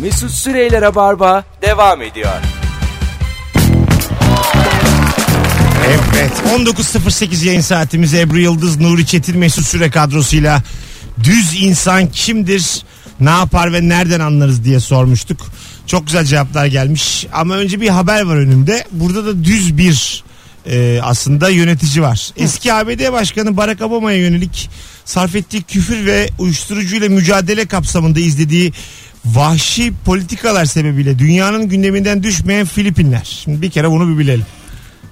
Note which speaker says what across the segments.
Speaker 1: Mesut Süreyler'e barba devam ediyor.
Speaker 2: Evet. 19.08 yayın saatimiz Ebru Yıldız, Nuri Çetin, Mesut Süre kadrosuyla düz insan kimdir, ne yapar ve nereden anlarız diye sormuştuk. Çok güzel cevaplar gelmiş ama önce bir haber var önümde. Burada da düz bir e, aslında yönetici var. Eski ABD Başkanı Barack Obama'ya yönelik sarf ettiği küfür ve uyuşturucuyla mücadele kapsamında izlediği vahşi politikalar sebebiyle dünyanın gündeminden düşmeyen Filipinler. Şimdi bir kere bunu bir bilelim.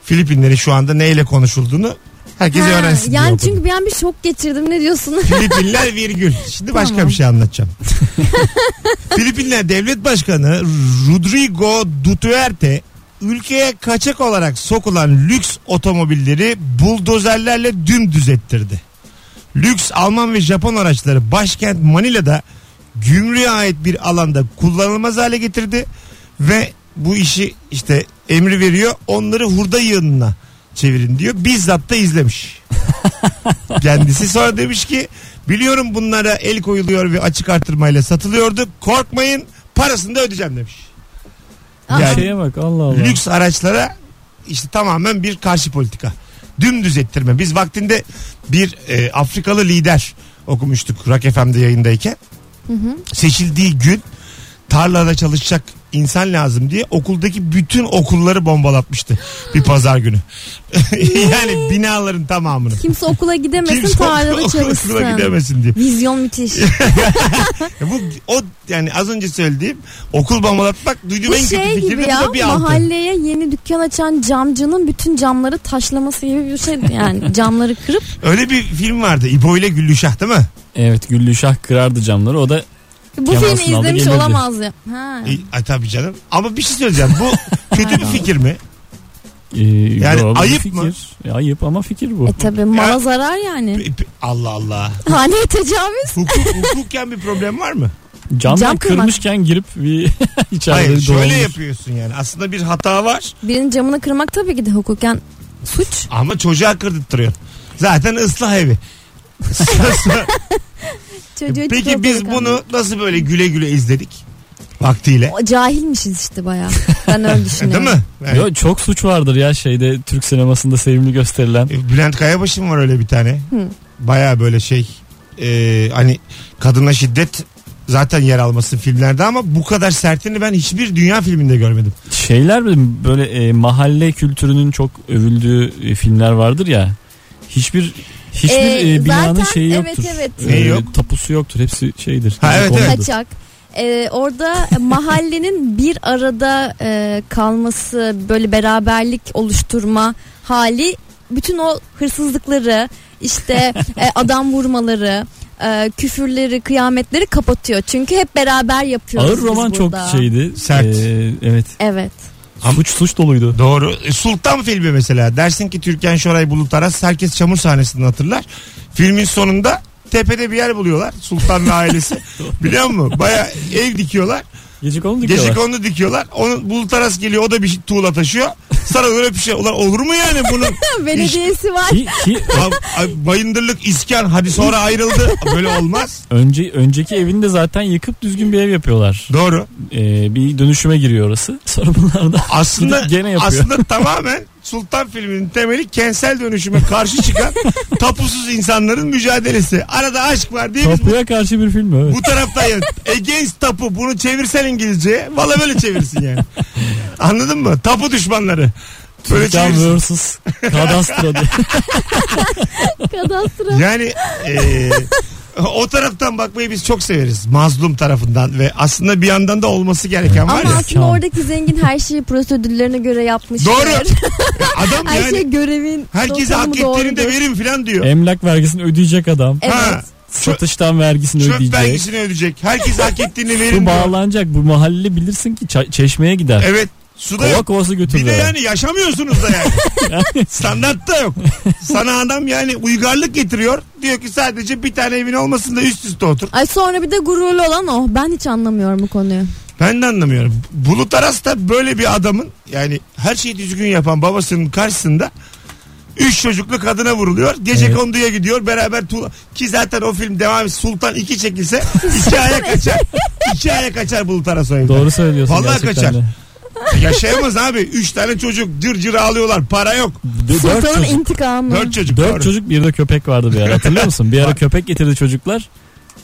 Speaker 2: Filipinlerin şu anda neyle konuşulduğunu herkes
Speaker 3: Ha,
Speaker 2: öğrensin. diye
Speaker 3: yani
Speaker 2: okudum.
Speaker 3: çünkü bir an bir şok geçirdim ne diyorsun?
Speaker 2: Filipinler virgül. Şimdi başka
Speaker 3: Tamam.
Speaker 2: bir şey anlatacağım. Filipinler Devlet Başkanı Rodrigo Duterte ülkeye kaçak olarak sokulan lüks otomobilleri buldozerlerle dümdüz ettirdi. Lüks Alman ve Japon araçları başkent Manila'da gümrüğe ait bir alanda kullanılmaz hale getirdi ve bu işi işte emri veriyor onları hurda yığınına çevirin diyor. Bizzat da izlemiş. Kendisi sonra demiş ki biliyorum bunlara el koyuluyor ve açık artırmayla satılıyordu. Korkmayın parasını da ödeyeceğim demiş.
Speaker 3: Aa.
Speaker 2: Yani
Speaker 4: Şeye bak Allah Allah.
Speaker 2: lüks araçlara işte tamamen bir karşı politika. Dümdüz ettirme. Biz vaktinde bir e, Afrikalı lider okumuştuk Rock FM'de yayındayken. Seçildiği gün tarlada çalışacak insan lazım diye okuldaki bütün okulları bombalatmıştı bir pazar günü. yani binaların tamamını.
Speaker 3: Kimse okula gidemesin
Speaker 2: Kimse
Speaker 3: tarlada
Speaker 2: okula- okula
Speaker 3: çalışsın.
Speaker 2: gidemesin diye.
Speaker 3: Vizyon müthiş.
Speaker 2: Ya E bu o yani az önce söylediğim okul bombalatmak duyduğum
Speaker 3: Bu
Speaker 2: en kötü
Speaker 3: şey
Speaker 2: fikir
Speaker 3: gibi
Speaker 2: de bu
Speaker 3: ya
Speaker 2: da bir altı.
Speaker 3: mahalleye yeni dükkan açan camcının bütün camları taşlaması gibi bir şey yani camları kırıp
Speaker 2: Öyle bir film vardı İbo ile Güllüşah değil mi?
Speaker 4: Evet Güllüşah kırardı camları. O da
Speaker 3: bu
Speaker 4: Kemal
Speaker 3: filmi
Speaker 4: Sunal'da
Speaker 3: izlemiş
Speaker 4: gelirdi.
Speaker 3: olamaz ya. Ha.
Speaker 2: E, ay tabii canım. Ama bir şey söyleyeceğim. Bu kötü bir fikir mi?
Speaker 4: e,
Speaker 2: Yani
Speaker 4: yo, bu
Speaker 2: ayıp
Speaker 4: fikir.
Speaker 2: mı?
Speaker 4: E, ayıp ama fikir bu.
Speaker 3: E tabi mala zarar yani.
Speaker 2: P- p- Allah Allah.
Speaker 3: Haneye tecavüz.
Speaker 2: Hukuk, hukukken bir problem var mı?
Speaker 4: Cam,
Speaker 3: Cam kırmak.
Speaker 4: kırmışken girip bir içeride
Speaker 2: Hayır şöyle
Speaker 4: dolanmış.
Speaker 2: yapıyorsun yani. Aslında bir hata var
Speaker 3: Birinin camını kırmak tabii ki de hukuken suç.
Speaker 2: ama çocuğa kırdırtıyorsun. Zaten ıslah evi.
Speaker 3: Çocuğu
Speaker 2: Peki
Speaker 3: çikolata
Speaker 2: biz
Speaker 3: yakan.
Speaker 2: bunu nasıl böyle güle güle izledik? Vaktiyle.
Speaker 3: O, cahilmişiz işte bayağı. Ben öyle
Speaker 2: Değil
Speaker 3: düşünüyorum.
Speaker 2: mi? Yani,
Speaker 4: Yo, çok suç vardır ya şeyde Türk sinemasında sevimli gösterilen.
Speaker 2: Bülent Kayabaş'ın var öyle bir tane.
Speaker 3: Hı.
Speaker 2: Baya böyle şey e, hani kadına şiddet zaten yer alması filmlerde ama bu kadar sertini ben hiçbir dünya filminde görmedim.
Speaker 4: Şeyler mi? böyle e, mahalle kültürünün çok övüldüğü e, filmler vardır ya. Hiçbir hiçbir
Speaker 3: Ee,
Speaker 4: e, binanın
Speaker 3: zaten-
Speaker 4: şeyi
Speaker 3: evet,
Speaker 4: yoktur.
Speaker 3: evet.
Speaker 4: E,
Speaker 2: Neyi yok?
Speaker 4: Tapusu yoktur. Hepsi şeydir.
Speaker 2: Ha, evet,
Speaker 4: Konudur.
Speaker 2: evet.
Speaker 3: Kaçak. Ee, orada mahallenin bir arada e, kalması böyle beraberlik oluşturma hali bütün o hırsızlıkları işte e, adam vurmaları e, küfürleri kıyametleri kapatıyor çünkü hep beraber yapıyoruz
Speaker 4: Ağır
Speaker 3: biz
Speaker 4: roman çok
Speaker 3: burada.
Speaker 2: şey.
Speaker 4: şeydi.
Speaker 2: Sert.
Speaker 4: E, evet.
Speaker 3: evet
Speaker 4: Suç suç doluydu.
Speaker 2: Doğru. E, Sultan filmi mesela. Dersin ki Türkan Şoray Bulut Aras herkes çamur sahnesinden hatırlar. Filmin sonunda tepede bir yer buluyorlar. Sultan ve ailesi. Biliyor musun? Baya ev dikiyorlar.
Speaker 4: Gece konu dikiyorlar.
Speaker 2: Gece kondu dikiyorlar. Onun Bulut Aras geliyor. O da bir tuğla taşıyor. Sarılıyor öpüşüyor. şey, Ulan olur mu yani bunun?
Speaker 3: belediyesi var
Speaker 4: Ki, ki
Speaker 2: Ab- ab- bayındırlık, iskan. Hadi sonra ayrıldı. Böyle olmaz.
Speaker 4: önce önceki evini de zaten yıkıp düzgün bir ev yapıyorlar.
Speaker 2: Doğru.
Speaker 4: E, bir dönüşüme giriyor orası. Sonra bunlar da
Speaker 2: Aslında
Speaker 4: Gidip gene yapıyor.
Speaker 2: aslında tamamen Sultan filminin temeli kentsel dönüşüme karşı çıkan tapusuz insanların mücadelesi. Arada aşk var diye biz bu
Speaker 4: tapuya karşı bir film evet.
Speaker 2: Bu taraftayız. Against tapu. Bunu çevirsen İngilizce. Valla böyle çevirsin yani. Anladın mı? Tapu düşmanları. Böyle
Speaker 4: Türkan
Speaker 2: çevirsin.
Speaker 4: vs. Kadastro diye.
Speaker 3: kadastro
Speaker 2: Yani eee, o taraftan bakmayı biz çok severiz. Mazlum tarafından ve aslında bir yandan da olması gereken var
Speaker 3: ama
Speaker 2: ya.
Speaker 3: aslında
Speaker 4: Şam.
Speaker 3: oradaki zengin her şeyi prosedürlerine göre yapmış
Speaker 2: Doğru. Adam
Speaker 3: her şey
Speaker 2: yani
Speaker 3: görevin
Speaker 2: herkese hak
Speaker 3: doğrumu
Speaker 2: ettiğini de
Speaker 3: doğrudur.
Speaker 2: verin filan diyor.
Speaker 4: Emlak vergisini ödeyecek adam.
Speaker 3: evet
Speaker 2: Ha,
Speaker 4: Satıştan vergisini
Speaker 2: çöp
Speaker 4: ödeyecek.
Speaker 2: vergisini ödeyecek. Herkes hak ettiğini verin diyor.
Speaker 4: Su bağlanacak. Bu mahalle bilirsin ki ça- çeşmeye gider.
Speaker 2: Evet. Suda
Speaker 4: Kova
Speaker 2: yok.
Speaker 4: kovası
Speaker 2: Bir de
Speaker 4: götürürler.
Speaker 2: yani yaşamıyorsunuz da yani. Standart da yok. Sana adam yani uygarlık getiriyor. Diyor ki sadece bir tane evin olmasın da üst üste otur.
Speaker 3: Ay sonra bir de gururlu olan o. Ben hiç anlamıyorum bu konuyu.
Speaker 2: Ben de anlamıyorum. Bulut Aras da böyle bir adamın yani her şeyi düzgün yapan babasının karşısında üç çocuklu kadına vuruluyor. Gece
Speaker 4: Evet.
Speaker 2: konduya gidiyor. Beraber tuğla. Ki zaten o film devam Sultan 2 çekilse iki aya kaçar. iki aya kaçar Bulut Arasoy. evden.
Speaker 4: Doğru söylüyorsun
Speaker 2: Vallahi
Speaker 4: gerçekten
Speaker 2: kaçar.
Speaker 4: de.
Speaker 2: Yaşayamaz abi. Üç tane çocuk cır cır ağlıyorlar. Para yok.
Speaker 4: D- Dört
Speaker 3: Sultanın
Speaker 4: çocuk.
Speaker 3: intikamı.
Speaker 2: Dört çocuk.
Speaker 4: Dört
Speaker 2: doğru.
Speaker 4: çocuk bir de köpek vardı bir ara hatırlıyor musun? Bir ara köpek getirdi çocuklar.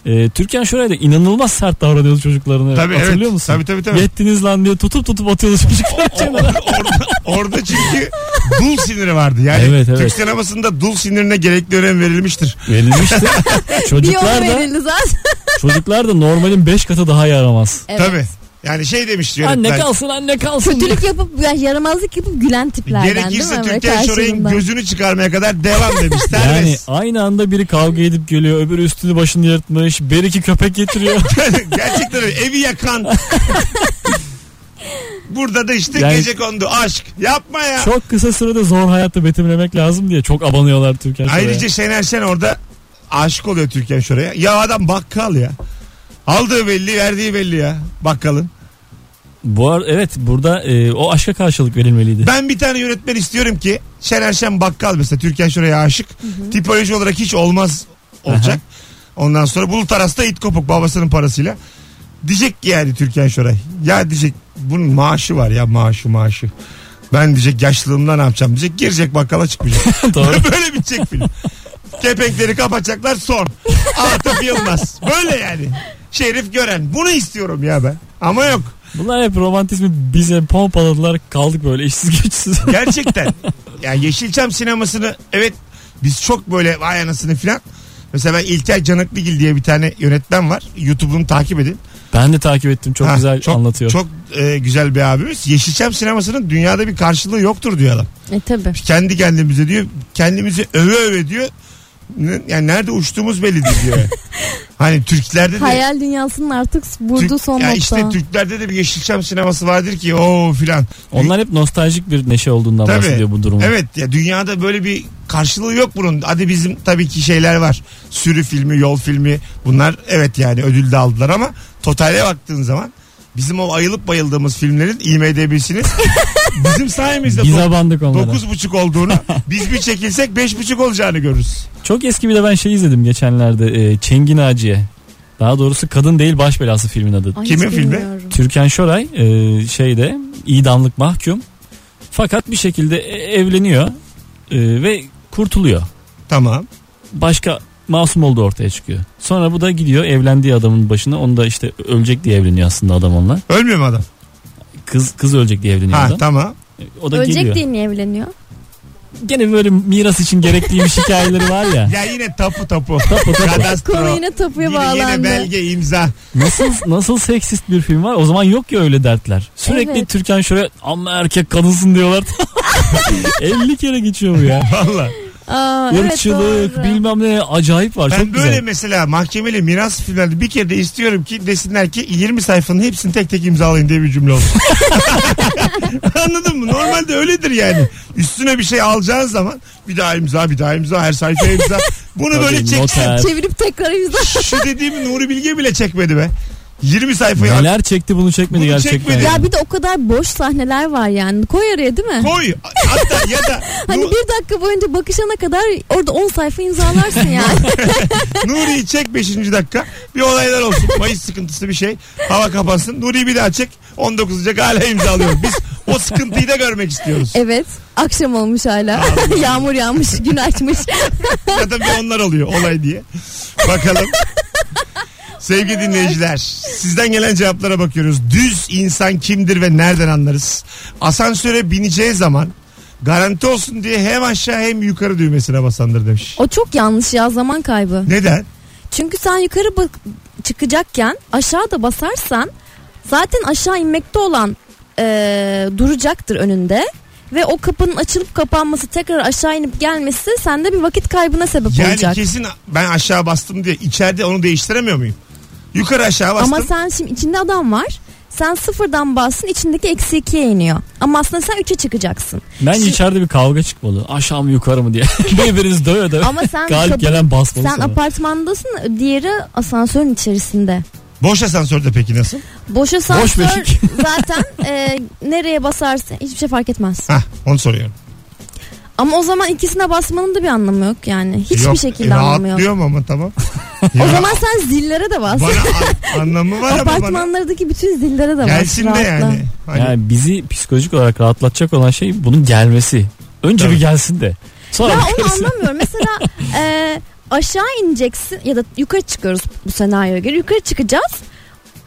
Speaker 4: Ee, Türkan şurayla inanılmaz sert davranıyordu çocuklarına.
Speaker 2: Tabii,
Speaker 4: hatırlıyor
Speaker 2: evet.
Speaker 4: musun?
Speaker 2: Tabii, tabii, tabii.
Speaker 4: Yettiniz lan diye tutup tutup atıyordu çocuklar. kenara.
Speaker 2: orada, orada çünkü dul siniri vardı. Yani
Speaker 4: Evet, evet.
Speaker 2: Türk sinemasında dul sinirine gerekli önem verilmiştir.
Speaker 4: Verilmişti.
Speaker 3: Bir yol
Speaker 4: çocuklar da
Speaker 3: verildi zaten.
Speaker 4: çocuklar da normalin 5 katı daha yaramaz.
Speaker 3: Evet.
Speaker 2: Tabii. Yani şey demişti yönetmen.
Speaker 4: Anne kalsın anne kalsın.
Speaker 3: Kötülük yapıp yani yaramazlık yapıp gülen tiplerden
Speaker 2: Gerekirse
Speaker 3: değil mi?
Speaker 2: Türkan Şoray'ın
Speaker 3: Karşılığında.
Speaker 2: gözünü çıkarmaya kadar devam demiş.
Speaker 4: Yani
Speaker 2: Serbest.
Speaker 4: aynı anda biri kavga edip geliyor öbürü üstünü başını yırtmış bir iki köpek getiriyor.
Speaker 2: Gerçekten öyle. evi yakan. Burada da işte
Speaker 4: Yani-
Speaker 2: gece kondu aşk. Yapma ya.
Speaker 4: çok kısa sürede zor hayatı betimlemek lazım diye çok abanıyorlar Türkan Şoray'a.
Speaker 2: Ayrıca Şener Şen orada aşık oluyor Türkan Şoray'a. Ya adam bakkal ya. Aldığı belli, verdiği belli ya bakkalın.
Speaker 4: Bu ar- evet burada e, o aşka karşılık verilmeliydi.
Speaker 2: Ben bir tane yönetmen istiyorum ki Şener Şen bakkal mesela Türkan Şoray'a aşık. Tipoloji olarak hiç olmaz olacak. Ondan sonra Bulut Aras da it kopuk babasının parasıyla. Diyecek ki yani Türkan Şoray. Ya diyecek bunun maaşı var ya maaşı maaşı. Ben diyecek yaşlılığımda ne yapacağım diyecek. Girecek bakkala çıkmayacak.
Speaker 4: Doğru.
Speaker 2: Böyle bitecek film. Kepenkleri kapatacaklar son. Atıf Yılmaz. Böyle yani. Şerif Gören. Bunu istiyorum ya ben. Ama yok.
Speaker 4: Bunlar hep romantizmi bize pompaladılar kaldık böyle işsiz güçsüz.
Speaker 2: Gerçekten. Yani Yeşilçam sinemasını evet biz çok böyle vay anasını filan. Mesela ben İlker Canıklıgil diye bir tane yönetmen var. YouTube'unu takip edin.
Speaker 4: ben de takip ettim çok
Speaker 2: Ha,
Speaker 4: güzel anlatıyor.
Speaker 2: Çok e, güzel bir abimiz. Yeşilçam sinemasının dünyada bir karşılığı yoktur diyor adam.
Speaker 3: E tabii.
Speaker 2: Kendi kendimize diyor. Kendimizi öve öve diyor. Ne- Yani nerede uçtuğumuz belli değil diyor. hani Türklerde de
Speaker 3: Hayal dünyasının artık
Speaker 2: Türk-
Speaker 3: vurduğu son
Speaker 2: ya
Speaker 3: nokta.
Speaker 2: işte Türklerde de bir Yeşilçam sineması vardır ki o filan.
Speaker 4: Onlar hep nostaljik bir neşe olduğundan
Speaker 2: Tabii.
Speaker 4: bahsediyor bu durumun.
Speaker 2: Evet ya dünyada böyle bir karşılığı yok bunun. Hadi bizim tabii ki şeyler var. Sürü filmi, yol filmi bunlar evet yani ödül de aldılar ama totale baktığın zaman bizim o ayılıp bayıldığımız filmlerin IMDB'sinin bizim sayemizde
Speaker 4: Biz
Speaker 2: do-
Speaker 4: abandık onlara.
Speaker 2: dokuz buçuk olduğunu biz bir çekilsek beş buçuk olacağını görürüz.
Speaker 4: Çok eski bir de ben şey izledim geçenlerde e, Çengin Aciye. Daha doğrusu Kadın Değil Baş Belası filmin adı.
Speaker 3: Ay, hiç
Speaker 2: Kimin filmi?
Speaker 3: bilmiyorum.
Speaker 4: Türkan Şoray e, şeyde idamlık mahkum. Fakat bir şekilde e- evleniyor e, ve kurtuluyor.
Speaker 2: Tamam.
Speaker 4: Başka masum olduğu ortaya çıkıyor. Sonra bu da gidiyor evlendiği adamın başına. Onu da işte ölecek diye evleniyor aslında adam onunla.
Speaker 2: Ölmüyor mu adam?
Speaker 4: Kız kız ölecek diye evleniyor
Speaker 2: Ha
Speaker 4: adam.
Speaker 2: tamam.
Speaker 4: E, O da
Speaker 3: Ölecek
Speaker 4: geliyor.
Speaker 3: diye mi evleniyor?
Speaker 4: Gene böyle miras için gerekliymiş hikayeleri var ya.
Speaker 2: Ya yine tapu tapu.
Speaker 4: Tapu tapu.
Speaker 2: Kadastro.
Speaker 3: Konu yine tapuya
Speaker 2: Yine, yine
Speaker 3: bağlandı.
Speaker 2: belge imza.
Speaker 4: Nasıl nasıl seksist bir film var? O zaman yok ya öyle dertler. Sürekli
Speaker 3: Evet.
Speaker 4: Türkan şöyle amma erkek kadınsın diyorlar. 50 kere geçiyor bu ya.
Speaker 2: Valla.
Speaker 3: Aa, evet,
Speaker 4: Irkçılık
Speaker 3: doğru.
Speaker 4: bilmem ne acayip var.
Speaker 2: Ben
Speaker 4: E, Çok
Speaker 2: böyle
Speaker 4: güzel.
Speaker 2: mesela mahkemeli miras filmlerde bir kere de istiyorum ki desinler ki 20 sayfanın hepsini tek tek imzalayın diye bir cümle olsun. Anladın mı? Normalde öyledir yani. Üstüne bir şey alacağın zaman bir daha imza bir daha imza her sayfaya imza. Bunu
Speaker 4: Tabii,
Speaker 2: böyle çeksin.
Speaker 4: noter.
Speaker 3: Çevirip tekrar imza.
Speaker 2: Şu dediğim Nuri Bilge bile çekmedi be. 20 sayfayı al-
Speaker 4: Neler çekti bunu çekmedi
Speaker 2: Bunu
Speaker 4: gerçekten.
Speaker 2: çekmedi.
Speaker 4: yani.
Speaker 3: ya bir de o kadar boş sahneler var yani. Koy araya değil mi?
Speaker 2: koy. Hatta ya da
Speaker 3: Hani
Speaker 2: Nu-
Speaker 3: bir dakika boyunca bakışana kadar orada 10 sayfa imzalarsın yani.
Speaker 2: Nuri'yi çek 5. dakika. Bir olaylar olsun. Mayıs sıkıntısı bir şey. Hava kapansın. Nuri'yi bir daha çek. 19 Ocak hala imzalıyor. Biz o sıkıntıyı da görmek istiyoruz.
Speaker 3: evet. Akşam olmuş hala. Yağmur yağmış, gün açmış.
Speaker 2: Zaten bir onlar oluyor olay diye. Bakalım. Sevgili dinleyiciler sizden gelen cevaplara bakıyoruz. Düz insan kimdir ve nereden anlarız? Asansöre bineceği zaman garanti olsun diye hem aşağı hem yukarı düğmesine basandır demiş.
Speaker 3: O çok yanlış ya zaman kaybı.
Speaker 2: Neden?
Speaker 3: Çünkü sen yukarı bak çıkacakken aşağıda basarsan zaten aşağı inmekte olan eee, duracaktır önünde. Ve o kapının açılıp kapanması tekrar aşağı inip gelmesi sende bir vakit kaybına sebep
Speaker 2: Yani
Speaker 3: olacak.
Speaker 2: kesin ben aşağı bastım diye içeride onu değiştiremiyor muyum? Yukarı aşağı bastım.
Speaker 3: Ama sen şimdi içinde adam var. Sen sıfırdan bassın içindeki eksi ikiye iniyor. Ama aslında sen üçe çıkacaksın.
Speaker 4: Bence
Speaker 3: Şimdi-
Speaker 4: içeride bir kavga çıkmalı. Aşağı mı yukarı mı diye. Birbiriniz döve döve.
Speaker 3: Ama sen
Speaker 4: Galip
Speaker 3: kapı-
Speaker 4: gelen basmalı
Speaker 3: Sen
Speaker 4: sana.
Speaker 3: apartmandasın diğeri asansörün içerisinde.
Speaker 2: Boş asansörde peki nasıl?
Speaker 3: Boş asansör
Speaker 4: beşik.
Speaker 3: zaten e, nereye basarsın hiçbir şey fark etmez.
Speaker 2: Hah onu soruyorum.
Speaker 3: Ama o zaman ikisine basmanın da bir anlamı yok yani. Hiçbir
Speaker 2: Yok, e,
Speaker 3: şekilde anlamı yok.
Speaker 2: Rahatlıyorum ama tamam.
Speaker 3: O zaman sen zillere de bas.
Speaker 2: bana an- anlamı var ama bana.
Speaker 3: Apartmanlardaki bütün zillere de bas.
Speaker 2: Gelsin de
Speaker 3: rahatla.
Speaker 2: yani. Hani
Speaker 4: Yani bizi psikolojik olarak rahatlatacak olan şey bunun gelmesi. Önce
Speaker 2: Tabii.
Speaker 4: bir gelsin de. Sonra
Speaker 3: Ya onu
Speaker 4: bakarız.
Speaker 3: anlamıyorum. Mesela e, aşağı ineceksin ya da yukarı çıkıyoruz bu senaryoya göre. Yukarı çıkacağız.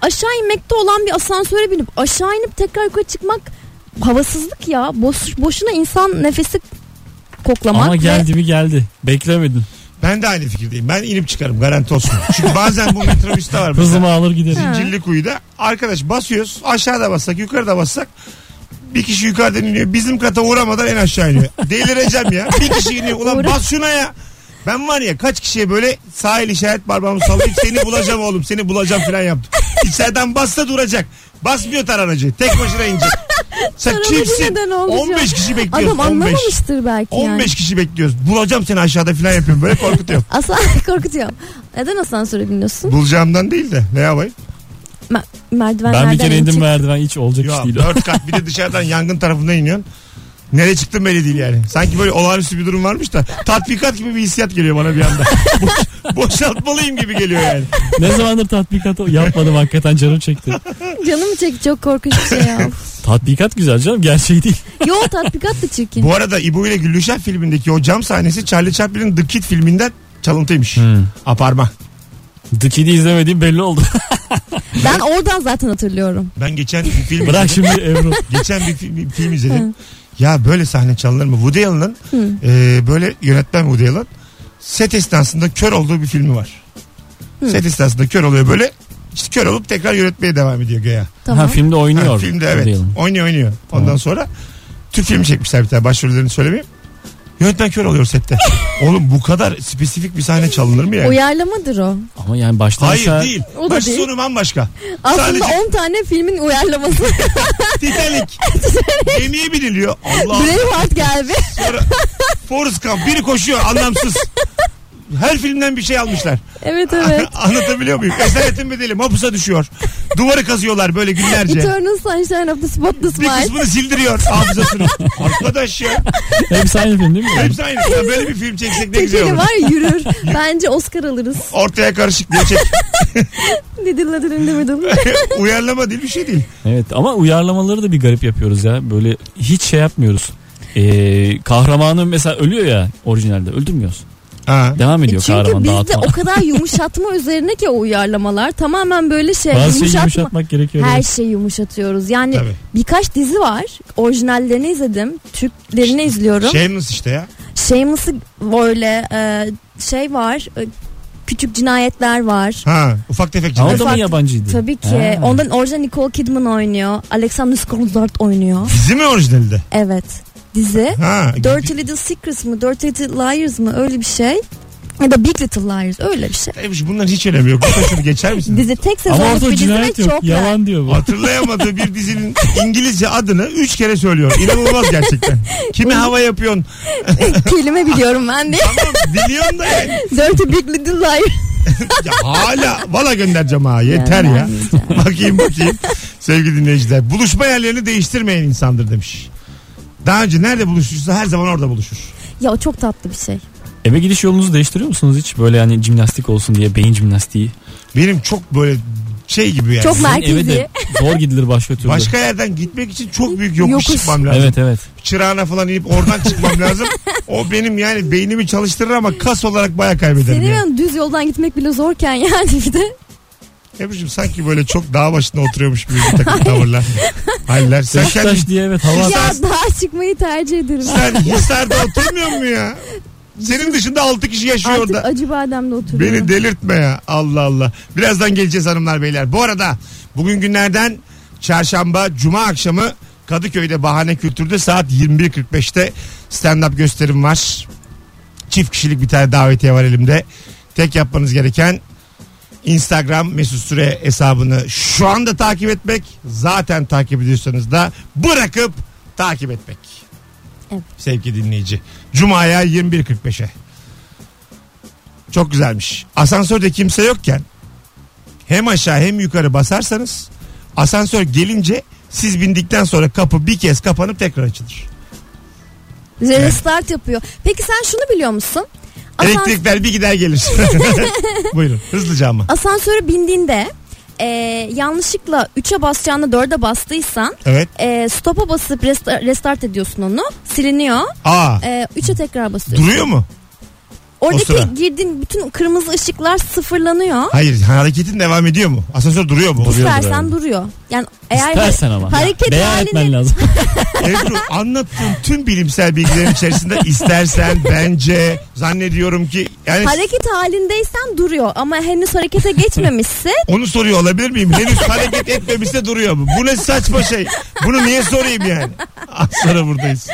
Speaker 3: Aşağı inmekte olan bir asansöre binip aşağı inip tekrar yukarı çıkmak havasızlık ya. Boş, boşuna insan nefesi koklamak.
Speaker 4: Ama
Speaker 3: ve-
Speaker 4: geldi mi geldi. Beklemedin.
Speaker 2: ben de aynı fikirdeyim. Ben inip çıkarım garanti olsun. Çünkü bazen bu metrobüste var. mesela.
Speaker 4: Hızımı alır giderim.
Speaker 3: Ha.
Speaker 2: Zincirli kuyuda. Arkadaş basıyoruz. Aşağıda bassak yukarıda bassak. Bir kişi yukarıdan iniyor. Bizim kata uğramadan en aşağı iniyor. Delireceğim ya. Bir kişi iniyor. Ulan bas şuna ya. Ben var ya kaç kişiye böyle sahil işaret parmağımı sallayıp seni bulacağım oğlum seni bulacağım falan yaptım. İçeriden bassa duracak. Basmıyor taranacı. Tek başına inecek. Sen
Speaker 3: Taranacı
Speaker 2: kimsin?
Speaker 3: neden olmuş
Speaker 2: 15 kişi bekliyoruz.
Speaker 3: Adam
Speaker 2: 15.
Speaker 3: anlamamıştır belki
Speaker 2: 15
Speaker 3: yani.
Speaker 2: kişi bekliyoruz. Bulacağım seni aşağıda falan yapıyorum. Böyle korkutuyorum.
Speaker 3: Asla korkutuyor. Neden asansöre biniyorsun?
Speaker 2: Bulacağımdan değil de ne yapayım?
Speaker 3: Me- merdivenlerden
Speaker 4: Ben bir kere indim
Speaker 3: inecek.
Speaker 4: merdiven hiç olacak iş
Speaker 2: Ya
Speaker 4: değil.
Speaker 2: dört kat bir de dışarıdan yangın tarafından iniyorsun. Nereye çıktın belli değil yani. Sanki böyle olağanüstü bir durum varmış da tatbikat gibi bir hissiyat geliyor bana bir anda. Boş- boşaltmalıyım gibi geliyor yani.
Speaker 4: ne zamandır tatbikat yapmadım hakikaten canım çekti.
Speaker 3: Canım çek çok korkunç bir şey ya.
Speaker 4: Tatbikat güzel canım gerçeği değil.
Speaker 3: Yo tatbikat da çirkin.
Speaker 2: Bu arada İbo ile Gülüşen filmindeki o cam sahnesi Charlie Chaplin'in The Kid filminden çalıntıymış.
Speaker 4: Hmm.
Speaker 2: Aparma.
Speaker 4: The Kid'i izlemediğim belli oldu.
Speaker 3: Ben oradan zaten hatırlıyorum.
Speaker 2: Ben geçen bir film
Speaker 4: Bırak şimdi Ebru.
Speaker 2: Geçen bir film, bir film izledim. ya böyle sahne çalınır mı? Woody Allen'ın
Speaker 3: Hı.
Speaker 2: e, böyle yönetmen Woody Allen set esnasında kör olduğu bir filmi var.
Speaker 3: Hı.
Speaker 2: Set esnasında kör oluyor böyle. İşte kör olup tekrar yönetmeye devam ediyor Göya.
Speaker 3: Tamam.
Speaker 4: Ha, filmde oynuyor.
Speaker 2: Ha, filmde evet.
Speaker 4: Woody Allen.
Speaker 2: Oynuyor oynuyor. Ondan
Speaker 4: Tamam.
Speaker 2: sonra Türk filmi çekmişler bir tane başrollerini söylemeyeyim. Yönetmen kör oluyor sette. Oğlum bu kadar spesifik bir sahne çalınır mı yani?
Speaker 3: Uyarlamadır o.
Speaker 4: Ama yani baştan
Speaker 2: Hayır
Speaker 4: aşağı-
Speaker 2: değil.
Speaker 3: O da
Speaker 2: Baş
Speaker 3: değil.
Speaker 2: sonu bambaşka.
Speaker 3: Aslında
Speaker 2: Sadece-
Speaker 3: 10 tane filmin uyarlaması.
Speaker 2: Titanic. Gemiye biniliyor. Allah
Speaker 3: Braveheart geldi.
Speaker 2: Sonra Forrest Gump biri koşuyor anlamsız. Her filmden bir şey almışlar.
Speaker 3: Evet evet.
Speaker 2: Anlatabiliyor muyum? Esaretin bedeli mapusa düşüyor. Duvarı kazıyorlar böyle günlerce.
Speaker 3: Eternal Sunshine of the Spotless
Speaker 2: Bir
Speaker 3: Mind.
Speaker 2: kısmını sildiriyor hafızasını. Arkadaş ya.
Speaker 4: Hepsi aynı film değil mi?
Speaker 2: Hepsi aynı. Ya böyle bir film çeksek ne güzel
Speaker 3: Tekeli
Speaker 2: olur.
Speaker 3: var ya, yürür. Bence Oscar alırız.
Speaker 2: Ortaya karışık diye çek.
Speaker 3: Diddle diddle demedim.
Speaker 2: Uyarlama değil bir şey değil.
Speaker 4: Evet ama uyarlamaları da bir garip yapıyoruz ya. Böyle hiç şey yapmıyoruz. Ee, kahramanı mesela ölüyor ya orijinalde öldürmüyoruz.
Speaker 2: Ha.
Speaker 4: Devam ediyor
Speaker 3: E Çünkü
Speaker 4: kahraman
Speaker 3: bizde
Speaker 4: dağıtma.
Speaker 3: o kadar yumuşatma üzerine ki o uyarlamalar. Tamamen böyle şey
Speaker 4: Bazı şeyi
Speaker 3: yumuşatma.
Speaker 4: yumuşatmak gerekiyor.
Speaker 3: Her
Speaker 4: evet.
Speaker 3: şeyi yumuşatıyoruz. Yani
Speaker 2: Tabii.
Speaker 3: birkaç dizi var. Orijinallerini izledim. Türklerini izliyorum.
Speaker 2: Şey nasıl işte ya?
Speaker 3: Shameless'ı böyle e, şey var. e, küçük cinayetler var.
Speaker 2: Ha, ufak tefek
Speaker 4: Ama
Speaker 2: cinayet.
Speaker 4: o da mı
Speaker 3: Ufak-
Speaker 4: yabancıydı?
Speaker 3: şey Tabii ki.
Speaker 4: Ha.
Speaker 3: Ondan orijinal Nicole Kidman oynuyor. Alexander Skarsgård oynuyor.
Speaker 2: Dizi mi orijinalde?
Speaker 3: Evet. Dizi.
Speaker 2: Ha.
Speaker 3: Dirty Little Secrets mı? Dirty Little Liars mı? Öyle bir şey. Ya da Big Little Liars öyle bir şey.
Speaker 2: Neymiş, Bunların hiç önemi yok. Bu taşını geçer misin?
Speaker 3: Dizi tek
Speaker 4: Ama
Speaker 3: sezonluk
Speaker 4: ortada
Speaker 3: bir dizi ve
Speaker 4: cinayet yok.
Speaker 3: çok rahat.
Speaker 4: Yalan diyor bu.
Speaker 2: hatırlayamadığı bir dizinin İngilizce adını 3 kere söylüyor. İnanılmaz gerçekten. Kimi hava yapıyorsun?
Speaker 3: Kelime biliyorum ben de.
Speaker 2: Tamam biliyorsun da yani.
Speaker 3: Dirty Big Little Liars.
Speaker 2: Ya hala valla göndereceğim ha yeter ya. bakayım bakayım. Sevgili dinleyiciler buluşma yerlerini değiştirmeyen insandır demiş. Daha önce nerede buluşursa her zaman orada buluşur.
Speaker 3: Ya o çok tatlı bir şey.
Speaker 4: Eve gidiş yolunuzu değiştiriyor musunuz hiç? Böyle yani jimnastik olsun diye beyin jimnastiği.
Speaker 2: Benim çok böyle şey gibi yani.
Speaker 3: Çok
Speaker 4: Sizin
Speaker 3: merkezi.
Speaker 4: Eve de zor gidilir başka türlü.
Speaker 2: Başka yerden gitmek için çok büyük yokuş,
Speaker 3: Yokuş.
Speaker 2: çıkmam lazım.
Speaker 4: Evet evet.
Speaker 2: Çırağına falan inip oradan çıkmam lazım. O benim yani beynimi çalıştırır ama kas olarak baya kaybederim.
Speaker 3: Senin
Speaker 2: yani.
Speaker 3: yani düz yoldan gitmek bile zorken yani bir de
Speaker 2: Ebru'cum sanki böyle çok dağ başında oturuyormuş gibi bir takım tavırlar. Haller. Sen,
Speaker 4: Beşiktaş
Speaker 2: kendi,
Speaker 4: diye evet hava
Speaker 3: ya daha çıkmayı tercih ederim.
Speaker 2: sen Hisar'da oturmuyor mu ya? Senin dışında 6 kişi yaşıyor
Speaker 3: Artık
Speaker 2: orada.
Speaker 3: acı bademde oturuyorum.
Speaker 2: Beni delirtme ya. Allah Allah. Birazdan geleceğiz hanımlar beyler. Bu arada bugün günlerden çarşamba, cuma akşamı Kadıköy'de Bahane Kültür'de saat 21.45'te stand-up gösterim var. Çift kişilik bir tane davetiye var elimde. Tek yapmanız gereken Instagram Mesut Süre hesabını şu anda takip etmek. Zaten takip ediyorsanız da bırakıp takip etmek.
Speaker 3: Evet.
Speaker 2: Sevgili dinleyici. Cuma'ya 21.45'e. Çok güzelmiş. Asansörde kimse yokken hem aşağı hem yukarı basarsanız asansör gelince siz bindikten sonra kapı bir kez kapanıp tekrar açılır.
Speaker 3: Restart yapıyor. Peki sen şunu biliyor musun? Asans-
Speaker 2: Elektrikler bir gider gelir. Buyurun hızlıca ama.
Speaker 3: asansöre bindiğinde e, yanlışlıkla 3'e basacağını 4'e bastıysan
Speaker 2: Evet.
Speaker 3: e, stopa basıp resta- restart ediyorsun onu. Siliniyor.
Speaker 2: Aa
Speaker 3: E, 3'e tekrar basıyorsun.
Speaker 2: duruyor mu? o sıra.
Speaker 3: Oradaki girdiğin bütün kırmızı ışıklar sıfırlanıyor.
Speaker 2: Hayır hareketin devam ediyor mu? Asansör duruyor mu?
Speaker 3: İstersen duruyor. Yani eğer
Speaker 4: İstersen ama.
Speaker 3: hareket
Speaker 4: Beyan
Speaker 3: halini-
Speaker 4: etmen lazım.
Speaker 2: Ebru anlattığın tüm bilimsel bilgilerin içerisinde istersen bence zannediyorum ki yani
Speaker 3: hareket halindeysen duruyor ama henüz harekete geçmemişse
Speaker 2: onu soruyor olabilir miyim? Henüz hareket etmemişse duruyor mu? Bu ne saçma şey? Bunu niye sorayım yani? Az sonra buradayız.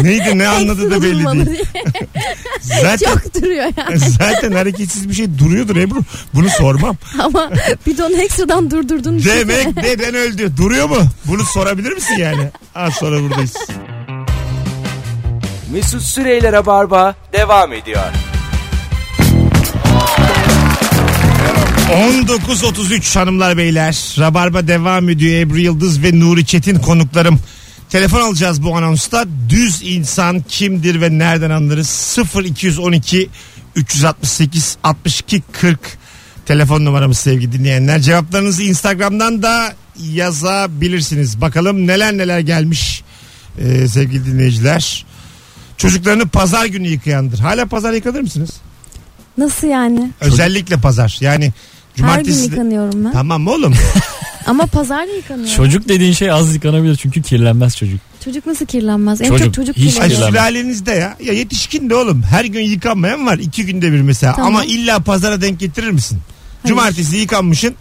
Speaker 2: Neydi ne anladı da
Speaker 3: hepsini
Speaker 2: belli
Speaker 3: bulmalı
Speaker 2: değil.
Speaker 3: diye.
Speaker 2: Zaten
Speaker 3: Çok duruyor yani.
Speaker 2: zaten hareketsiz bir şey duruyordur Ebru. Bunu sormam.
Speaker 3: Ama bidonu ekstradan durdurdun.
Speaker 2: Demek neden öldü? Duruyor mu? Bunu sorabilir misin yani? Az sonra buradayız.
Speaker 1: Mesut Süreyler'e barba devam ediyor.
Speaker 2: 19.33 hanımlar beyler. Rabarba devam ediyor. Ebru Yıldız ve Nuri Çetin konuklarım. Telefon alacağız bu anonsta. Düz insan kimdir ve nereden anlarız? 0212 368 62 40 telefon numaramız sevgili dinleyenler. Cevaplarınızı Instagram'dan da yazabilirsiniz. Bakalım neler neler gelmiş ee, sevgili dinleyiciler. Çocuklarını pazar günü yıkayandır. Hala pazar yıkanır mısınız?
Speaker 3: Nasıl yani?
Speaker 2: Özellikle pazar. Yani
Speaker 3: Her gün
Speaker 2: cumartesi
Speaker 3: yıkanıyorum ben.
Speaker 2: Tamam oğlum.
Speaker 3: Ama pazar günü yıkanıyorum.
Speaker 4: çocuk dediğin şey az yıkanabilir çünkü kirlenmez çocuk.
Speaker 3: çocuk nasıl kirlenmez? En
Speaker 4: Çocuk,
Speaker 3: çok çocuk
Speaker 4: hiç
Speaker 2: Ay
Speaker 3: kirleniyor.
Speaker 4: kirlenmez.
Speaker 2: sülalenizde ya. Ya yetişkin de oğlum. Her gün yıkanmayan var. iki günde bir mesela.
Speaker 3: Tamam.
Speaker 2: Ama illa pazara denk getirir misin?
Speaker 3: Hayır.
Speaker 2: Cumartesi yıkanmışsın.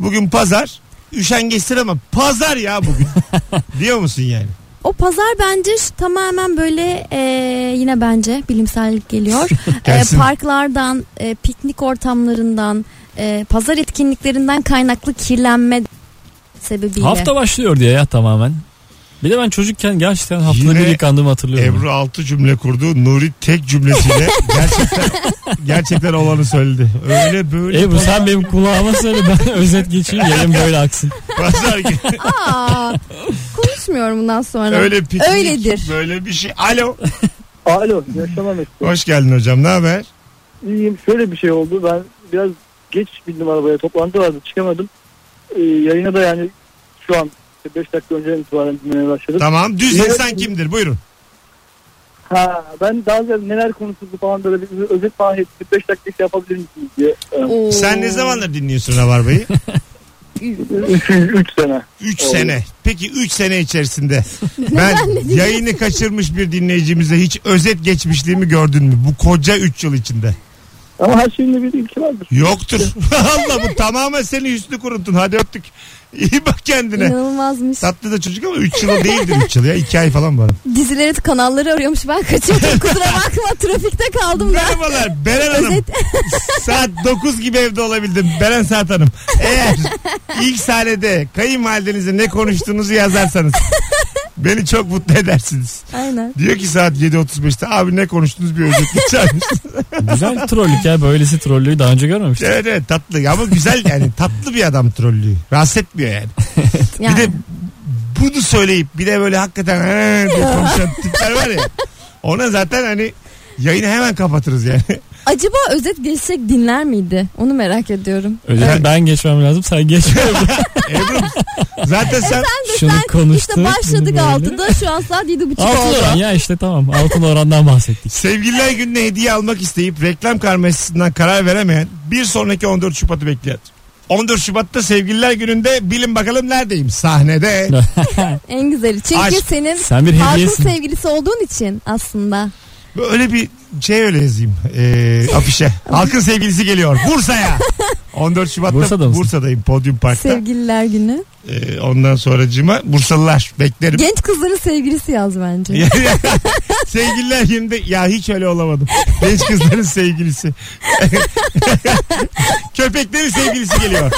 Speaker 2: Bugün pazar. Üşengeçtir ama pazar ya bugün. Diyor musun yani?
Speaker 3: O pazar bence şu- tamamen böyle e, yine bence bilimsellik geliyor. E,
Speaker 2: Gelsin.
Speaker 3: parklardan, e, piknik ortamlarından, e, pazar etkinliklerinden kaynaklı kirlenme sebebiyle.
Speaker 4: Hafta başlıyor diye ya tamamen. Bir de ben çocukken gerçekten haftada
Speaker 2: Yine
Speaker 4: bir yıkandığımı hatırlıyorum.
Speaker 2: Ebru altı cümle kurdu. Nuri tek cümlesiyle gerçekten gerçekten olanı söyledi. Öyle şey böyle
Speaker 4: Ebru sen benim kulağıma söyle ben özet geçeyim yayın böyle aksın.
Speaker 2: pazar günü.
Speaker 3: Aa, konuşmuyorum bundan sonra.
Speaker 2: Öyle piknik,
Speaker 3: Öyledir.
Speaker 2: Böyle bir şey. Alo.
Speaker 5: Alo yaşamam işte.
Speaker 2: Hoş geldin hocam. Ne haber?
Speaker 5: İyiyim şöyle bir şey oldu ben biraz geç bindim arabaya toplantı vardı çıkamadım. Ee, yayına da yani şu an 5 dakika önce itibaren dinlemeye başladım.
Speaker 2: Tamam. Düz
Speaker 5: Evet.
Speaker 2: insan kimdir? Buyurun.
Speaker 5: Ha, ben daha önce neler konuşuldu falan böyle bir özet falan hepsi 5 dakika şey yapabilir misiniz diye. e,
Speaker 3: Oo.
Speaker 2: Sen ne zamandır dinliyorsun Rabarba'yı?
Speaker 5: 3 sene.
Speaker 2: 3
Speaker 5: Olur.
Speaker 2: sene. Peki 3 sene içerisinde ben yayını kaçırmış bir dinleyicimize hiç özet geçmişliğimi gördün mü? Bu koca 3 yıl içinde.
Speaker 5: Ama her şeyin de bir ilki vardır.
Speaker 2: Yoktur. Allah bu tamamen seni hüsnü kuruntun. Hadi öptük. İyi bak kendine.
Speaker 3: İnanılmazmış.
Speaker 2: Tatlı da çocuk ama 3 yıl değildir 3 yıl ya. 2 ay falan var.
Speaker 3: Dizileri kanalları arıyormuş ben kaçıyordum kusura bakma trafikte kaldım ben.
Speaker 2: Merhabalar Beren Hanım.
Speaker 3: Özet.
Speaker 2: Saat 9 gibi evde olabildim. Beren Saat Hanım. Eğer ilk sahnede kayınvalidenizle ne konuştuğunuzu yazarsanız beni çok mutlu edersiniz.
Speaker 3: Aynen.
Speaker 2: Diyor ki saat 7.35'te abi ne konuştunuz bir özet geçer misin?
Speaker 4: Güzel trollük ya böylesi trollüğü daha önce görmemiştim.
Speaker 2: evet evet tatlı ama güzel yani tatlı bir adam trollüğü. Rahatsız etmiyor yani.
Speaker 3: Yani.
Speaker 2: Bir de bunu söyleyip bir de böyle hakikaten "Ee" diye konuşan tipler var ya. Ona zaten hani yayını hemen kapatırız yani.
Speaker 3: Acaba özet geçsek dinler miydi? Onu merak ediyorum.
Speaker 4: Öyle
Speaker 2: Evet.
Speaker 4: ben geçmem lazım sen geçme.
Speaker 2: Ebru zaten sen
Speaker 4: Şunu konuştuk.
Speaker 3: İşte başladık
Speaker 4: bunu böyle.
Speaker 3: altıda şu an saat yedi buçuk
Speaker 4: Altın oran
Speaker 3: oldu.
Speaker 4: ya işte tamam altın orandan bahsettik.
Speaker 2: sevgililer gününe hediye almak isteyip reklam karmaşasından karar veremeyen bir sonraki 14 Şubat'ı bekleyen. 14 Şubat'ta sevgililer gününde bilin bakalım neredeyim sahnede.
Speaker 3: En güzeli. Çünkü
Speaker 2: Aşk.
Speaker 3: senin
Speaker 4: Sen bir
Speaker 3: Farklı
Speaker 4: hediyesin.
Speaker 3: sevgilisi olduğun için aslında.
Speaker 2: Öyle bir şey öyle yazayım ee, afişe. Halkın sevgilisi geliyor Bursa'ya. 14 Şubat'ta
Speaker 4: Bursa'da mısın?
Speaker 2: Bursa'dayım Podyum Park'ta.
Speaker 3: Sevgililer günü.
Speaker 2: Ee, ondan sonracığıma Bursalılar beklerim.
Speaker 3: Genç kızların sevgilisi yaz bence.
Speaker 2: Sevgililer şimdi ya hiç öyle olamadım. Genç kızların sevgilisi. Köpeklerin sevgilisi geliyor.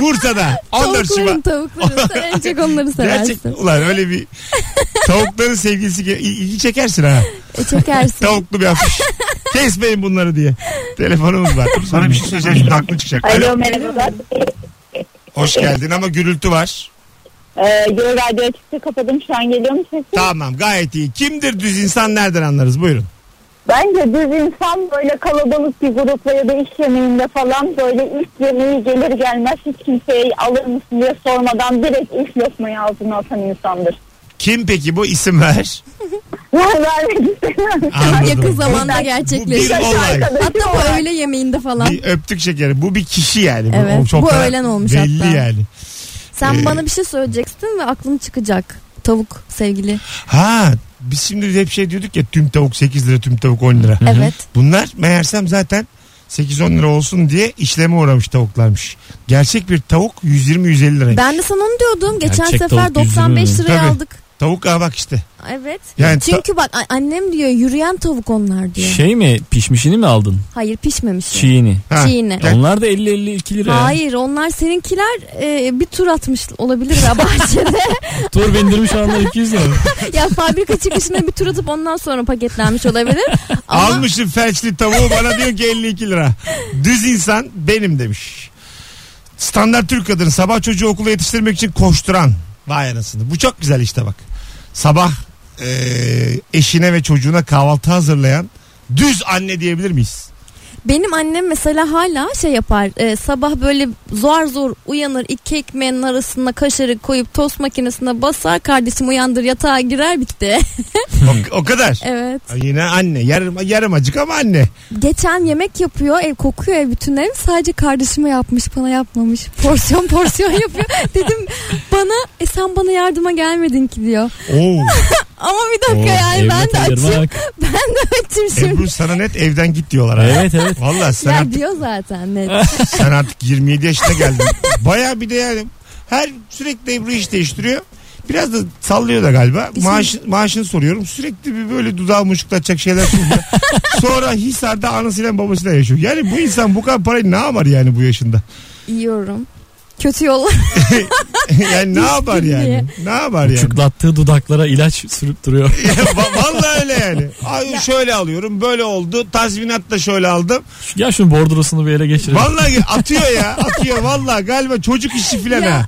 Speaker 2: Bursa'da 14 Şubat.
Speaker 3: Tavukların tavukların. Sen en çok onları seversin.
Speaker 2: Gerçek ulan öyle bir tavukların sevgilisi gel- İ- ilgi çekersin ha.
Speaker 3: E çekersin.
Speaker 2: Tavuklu bir afiş. Kesmeyin bunları diye. Telefonumuz var. Sana bir şey söyleyeceğim şimdi aklın çıkacak. Alo.
Speaker 6: merhabalar.
Speaker 2: Hoş geldin ama gürültü var.
Speaker 6: Ee, Yo radyo açıkta kapadım şu an geliyor mu sesim?
Speaker 2: Tamam gayet iyi. Kimdir düz insan nereden anlarız buyurun.
Speaker 6: Bence düz insan böyle kalabalık bir grupla ya da iş yemeğinde falan böyle ilk yemeği gelir gelmez hiç kimseye alır mısın diye sormadan direkt ilk lokmayı ağzına atan insandır.
Speaker 2: Kim peki bu isim ver?
Speaker 6: Ben vermek istemiyorum.
Speaker 2: Anladım.
Speaker 3: Yakın zamanda
Speaker 2: Bir
Speaker 3: gerçekleşti.
Speaker 2: olay.
Speaker 3: Hatta bu öğle yemeğinde falan.
Speaker 2: Bir öptük şekeri. Bu bir kişi yani.
Speaker 3: Evet,
Speaker 2: o çok
Speaker 3: bu
Speaker 2: daha
Speaker 3: öğlen olmuş
Speaker 2: belli
Speaker 3: hatta.
Speaker 2: yani.
Speaker 3: Sen
Speaker 2: Ee,
Speaker 3: bana bir şey söyleyeceksin ve aklım çıkacak. Tavuk sevgili.
Speaker 2: Ha biz şimdi hep şey diyorduk ya tüm tavuk 8 lira tüm tavuk 10 lira.
Speaker 3: Evet.
Speaker 2: Bunlar meğersem zaten 8-10 lira olsun diye işleme uğramış tavuklarmış. Gerçek bir tavuk 120-150 liraymış.
Speaker 3: Ben de sana onu diyordum. Geçen
Speaker 4: Gerçek
Speaker 3: sefer
Speaker 4: tavuk yüz lira
Speaker 3: 95
Speaker 4: mı?
Speaker 3: liraya
Speaker 2: Tabii.
Speaker 3: aldık.
Speaker 2: Tavuk ha bak işte.
Speaker 3: Evet.
Speaker 2: Yani ta-
Speaker 3: Çünkü bak a- annem diyor yürüyen tavuk onlar diyor.
Speaker 4: Şey mi pişmişini mi aldın?
Speaker 3: Hayır pişmemiş.
Speaker 4: Çiğini.
Speaker 2: Ha.
Speaker 3: Çiğini.
Speaker 2: Ya-
Speaker 4: Onlar da 50-52 lira. ya.
Speaker 3: Hayır onlar seninkiler e, bir tur atmış olabilir ya bahçede.
Speaker 4: Tur bindirmiş onlar 200 lira.
Speaker 3: ya fabrika çıkışına bir tur atıp ondan sonra paketlenmiş olabilir. Ama
Speaker 2: Almışım felçli tavuğu bana diyor ki 52 lira. Düz insan benim demiş. Standart Türk kadını sabah çocuğu okula yetiştirmek için koşturan. Vay anasını. Bu çok güzel işte bak. Sabah eee, eşine ve çocuğuna kahvaltı hazırlayan düz anne diyebilir miyiz?
Speaker 3: benim annem mesela hala şey yapar. e, sabah böyle zor zor uyanır iki ekmeğin arasına kaşarı koyup tost makinesine basar. Kardeşim uyandır yatağa girer bitti.
Speaker 2: O, o kadar.
Speaker 3: evet.
Speaker 2: Yine anne. Yarım, yarım acık ama anne.
Speaker 3: Geçen yemek yapıyor ev kokuyor ev bütün ev sadece kardeşime yapmış bana yapmamış porsiyon porsiyon yapıyor dedim bana e sen bana yardıma gelmedin ki diyor
Speaker 2: Oo.
Speaker 3: ama bir dakika yani ben de açım ben de açım şimdi
Speaker 2: Ebru sana net evden git diyorlar. ha.
Speaker 4: Evet evet.
Speaker 2: Valla sen,
Speaker 3: ya
Speaker 2: artık,
Speaker 3: diyor zaten net
Speaker 2: sen artık 27 yaşına geldin. Baya bir de yani her sürekli Ebru iş değiştiriyor. Biraz da sallıyor da galiba.
Speaker 3: İsim-
Speaker 2: Maaş, maaşını soruyorum. Sürekli bir böyle dudağı muşuklatacak şeyler söylüyor. Sonra Hisar'da anasıyla babasıyla yaşıyor. Yani bu insan bu kadar parayı ne yapar yani bu yaşında?
Speaker 3: yiyorum kötü yollar
Speaker 2: yani ne yapar yani? Ne yapar yani?
Speaker 4: Uçuklattığı dudaklara ilaç sürüp duruyor.
Speaker 2: Va- Vallahi öyle yani. Ay şöyle alıyorum böyle oldu. Tazminat da şöyle aldım.
Speaker 4: Gel şunun bordrosunu bir ele geçirelim.
Speaker 2: Vallahi atıyor ya atıyor vallahi galiba çocuk işi filan
Speaker 3: Ya.
Speaker 2: ha.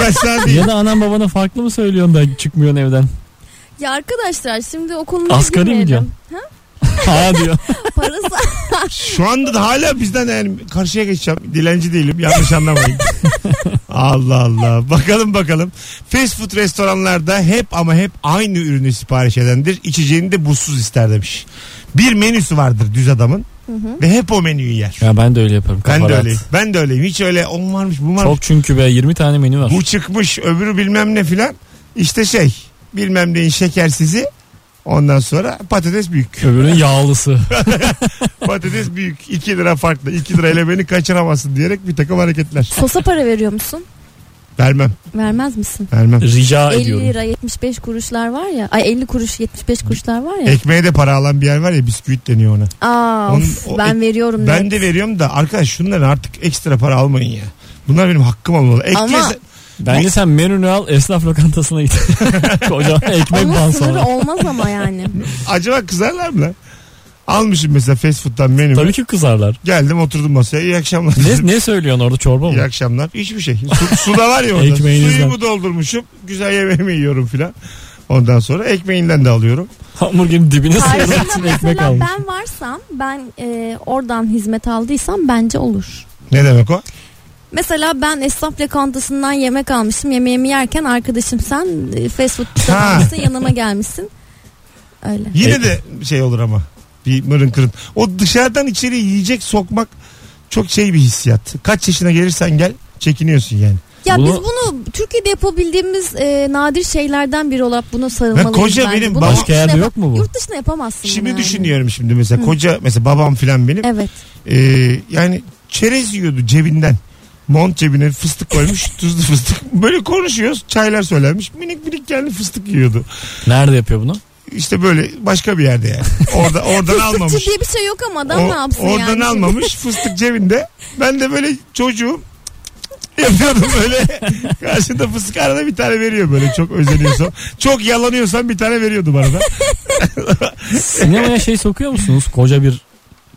Speaker 2: Ben sana diyeyim.
Speaker 4: Ya da anan babana farklı mı söylüyorsun da çıkmıyorsun evden?
Speaker 3: ya arkadaşlar şimdi o konulara
Speaker 4: Asgari mi
Speaker 3: girmeyelim.
Speaker 4: diyorsun? Ha diyor.
Speaker 3: parası
Speaker 2: Şu anda da hala bizden yani karşıya geçeceğim. Dilenci değilim yanlış anlamayın. Allah Allah. Bakalım bakalım. Fast food restoranlarda hep ama hep aynı ürünü sipariş edendir. İçeceğini de buzsuz ister demiş. Bir menüsü vardır düz adamın. Ve hep o menüyü yer.
Speaker 4: Ya ben de öyle yaparım.
Speaker 2: ben
Speaker 4: kafa
Speaker 2: de
Speaker 4: rahat.
Speaker 2: öyleyim. Ben de öyleyim. Hiç öyle on varmış bu varmış.
Speaker 4: Çok çünkü be 20 tane menü var.
Speaker 2: Bu çıkmış öbürü bilmem ne filan. İşte şey bilmem neyin şekersizi. Ondan sonra patates büyük.
Speaker 4: Öbürünün yağlısı.
Speaker 2: patates büyük. 2 lira farklı. 2 lirayla beni kaçıramazsın diyerek bir takım hareketler.
Speaker 3: sosa para veriyor musun
Speaker 2: Vermem.
Speaker 3: vermez misin
Speaker 2: Vermem.
Speaker 4: Rica
Speaker 3: 50
Speaker 4: ediyorum.
Speaker 3: lira 75 kuruşlar var ya ay 50 kuruş 75 kuruşlar var ya
Speaker 2: Ekmeğe de para alan bir yer var ya bisküvit deniyor ona.
Speaker 3: aa
Speaker 2: Onun-
Speaker 3: of,
Speaker 2: o
Speaker 3: ben
Speaker 2: ek-
Speaker 3: veriyorum net.
Speaker 2: Ben de veriyorum da arkadaş şunların artık ekstra para almayın ya. Bunlar benim hakkım olmalı. Ekle
Speaker 3: Ama-
Speaker 4: Bence sen menünü al esnaf lokantasına git. Kocaman ekmek
Speaker 3: Onun sınırı
Speaker 4: bansalı.
Speaker 3: olmaz ama yani.
Speaker 2: acaba kızarlar mı lan? Almışım mesela fast food'dan menümü.
Speaker 4: Tabii ki kızarlar.
Speaker 2: Geldim oturdum masaya. İyi akşamlar.
Speaker 4: Ne, ne söylüyorsun orada çorba
Speaker 2: İyi
Speaker 4: mı?
Speaker 2: akşamlar. Hiçbir şey. Su, su da var ya orada.
Speaker 4: Ekmeğinizden.
Speaker 2: Suyumu doldurmuşum. Güzel yemeğimi yiyorum filan. Ondan sonra ekmeğinden de alıyorum.
Speaker 4: Hamburgerin dibine sıyırmak için
Speaker 3: Karşımda
Speaker 4: ekmek
Speaker 3: mesela
Speaker 4: almış.
Speaker 3: ben varsam ben e, oradan hizmet aldıysam bence olur.
Speaker 2: Ne demek o?
Speaker 3: Mesela ben esnaf lokantasından yemek almışım. Yemeğimi yerken arkadaşım sen e, fast food
Speaker 2: Ha.
Speaker 3: almışsın yanıma gelmişsin. Öyle.
Speaker 2: Yine de şey olur ama. Bir mırın kırın. O dışarıdan içeri yiyecek sokmak çok şey bir hissiyat. Kaç yaşına gelirsen gel çekiniyorsun yani.
Speaker 3: Ya
Speaker 4: Bunu-
Speaker 3: biz bunu Türkiye'de yapabildiğimiz e, nadir şeylerden biri olarak buna sarılmalıyız.
Speaker 2: koca
Speaker 3: bence.
Speaker 2: benim
Speaker 3: Bunu
Speaker 2: başka
Speaker 3: yurt dışına
Speaker 4: yerde
Speaker 3: yapa-
Speaker 4: yok mu bu?
Speaker 3: Yurt dışına yapamazsın
Speaker 2: Şimdi
Speaker 3: yani.
Speaker 2: düşünüyorum şimdi mesela koca mesela babam filan benim.
Speaker 3: Evet.
Speaker 2: Ee, yani çerez yiyordu cebinden. Mont cebine fıstık koymuş tuzlu fıstık. Böyle konuşuyoruz çaylar söylenmiş. Minik minik kendi fıstık yiyordu.
Speaker 4: Nerede yapıyor bunu?
Speaker 2: İşte böyle başka bir yerde yani. Orada oradan almamış.
Speaker 3: Fıstıkçı diye bir şey yok ama adam
Speaker 2: O-
Speaker 3: ne yapsın yani?
Speaker 2: oradan
Speaker 3: şimdi?
Speaker 2: almamış fıstık cebinde. Ben de böyle çocuğum yapıyordum böyle. Karşında fıstık arada bir tane veriyor böyle çok özeniyorsam. Çok yalanıyorsam bir tane veriyordu bana da.
Speaker 4: Sinemaya şey sokuyor musunuz? Koca bir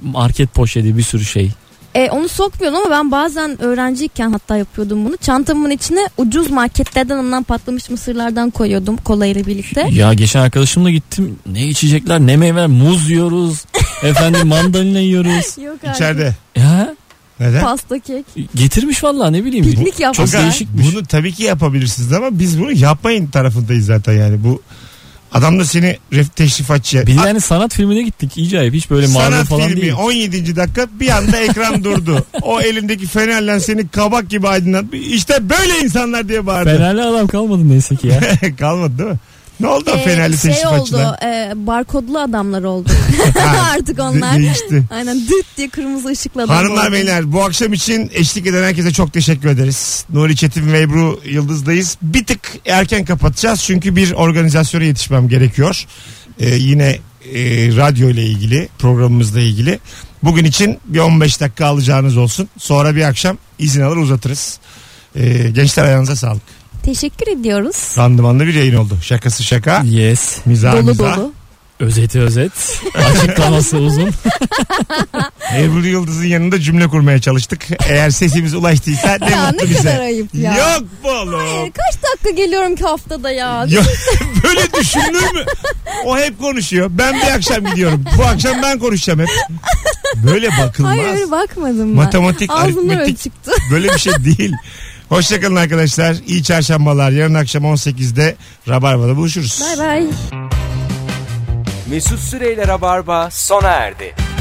Speaker 4: market poşeti bir sürü şey.
Speaker 3: E, onu sokmuyordum ama ben bazen öğrenciyken hatta yapıyordum bunu. Çantamın içine ucuz marketlerden alınan patlamış mısırlardan koyuyordum kolayla birlikte.
Speaker 4: Ya geçen arkadaşımla gittim. Ne içecekler ne meyveler. Muz yiyoruz. Efendim mandalina yiyoruz.
Speaker 3: Yok
Speaker 2: İçeride.
Speaker 4: Ya
Speaker 2: Neden?
Speaker 3: Pasta kek.
Speaker 4: getirmiş vallahi ne bileyim.
Speaker 3: Piknik
Speaker 4: Çok
Speaker 3: yapmışlar.
Speaker 4: değişikmiş.
Speaker 2: Bunu tabii ki yapabilirsiniz ama biz bunu yapmayın tarafındayız zaten yani. Bu adam da seni ref teşrifatçıya.
Speaker 4: Biz yani sanat filmine gittik. İyice ayıp. Hiç böyle marka
Speaker 2: Sanat
Speaker 4: falan
Speaker 2: filmi
Speaker 4: değil.
Speaker 2: 17. dakika bir anda ekran durdu. O elindeki fenerle seni kabak gibi aydınlattı. İşte böyle insanlar diye bağırdı.
Speaker 4: Fenerli adam kalmadı neyse ki ya.
Speaker 2: Kalmadı değil mi? Ne oldu o
Speaker 3: E,
Speaker 2: fenerli
Speaker 3: şey
Speaker 2: teşrifatçılar?
Speaker 3: oldu. e, barkodlu adamlar oldu.
Speaker 2: Ha,
Speaker 3: Artık
Speaker 2: de-
Speaker 3: onlar.
Speaker 2: Değişti.
Speaker 3: Aynen düt diye kırmızı ışıkla adam
Speaker 2: Hanımlar
Speaker 3: oldu.
Speaker 2: beyler bu akşam için eşlik eden herkese çok teşekkür ederiz. Nuri Çetin ve Ebru Yıldız'dayız. Bir tık erken kapatacağız çünkü bir organizasyona yetişmem gerekiyor. Ee, yine e, radyo ile ilgili programımızla ilgili. Bugün için bir 15 dakika alacağınız olsun. Sonra bir akşam izin alır uzatırız. Ee, gençler ayağınıza sağlık.
Speaker 3: Teşekkür ediyoruz.
Speaker 2: Randımanlı bir yayın oldu. Şakası şaka.
Speaker 4: Yes.
Speaker 2: Mizah
Speaker 3: dolu
Speaker 2: mizah.
Speaker 3: dolu.
Speaker 4: Özeti özet. Açıklaması uzun.
Speaker 2: Ebru Yıldız'ın yanında cümle kurmaya çalıştık. Eğer sesimiz ulaştıysa ne
Speaker 3: Ya
Speaker 2: mutlu
Speaker 3: ne
Speaker 2: bize.
Speaker 3: kadar ayıp ya.
Speaker 2: Yok bu oğlum.
Speaker 3: Hayır, kaç dakika geliyorum ki haftada ya.
Speaker 2: Ya, böyle düşünülür mü? O hep konuşuyor. Ben bir akşam gidiyorum. Bu akşam ben konuşacağım hep. Böyle bakılmaz.
Speaker 3: Hayır öyle bakmadım ben.
Speaker 2: Matematik,
Speaker 3: Ağzımdan öyle
Speaker 2: aritmetik
Speaker 3: çıktı.
Speaker 2: böyle bir şey değil. Hoşçakalın arkadaşlar. İyi çarşambalar. Yarın akşam 18'de Rabarba'da buluşuruz.
Speaker 3: Bay bay.
Speaker 1: Mesut Süreyler'e barba sona erdi.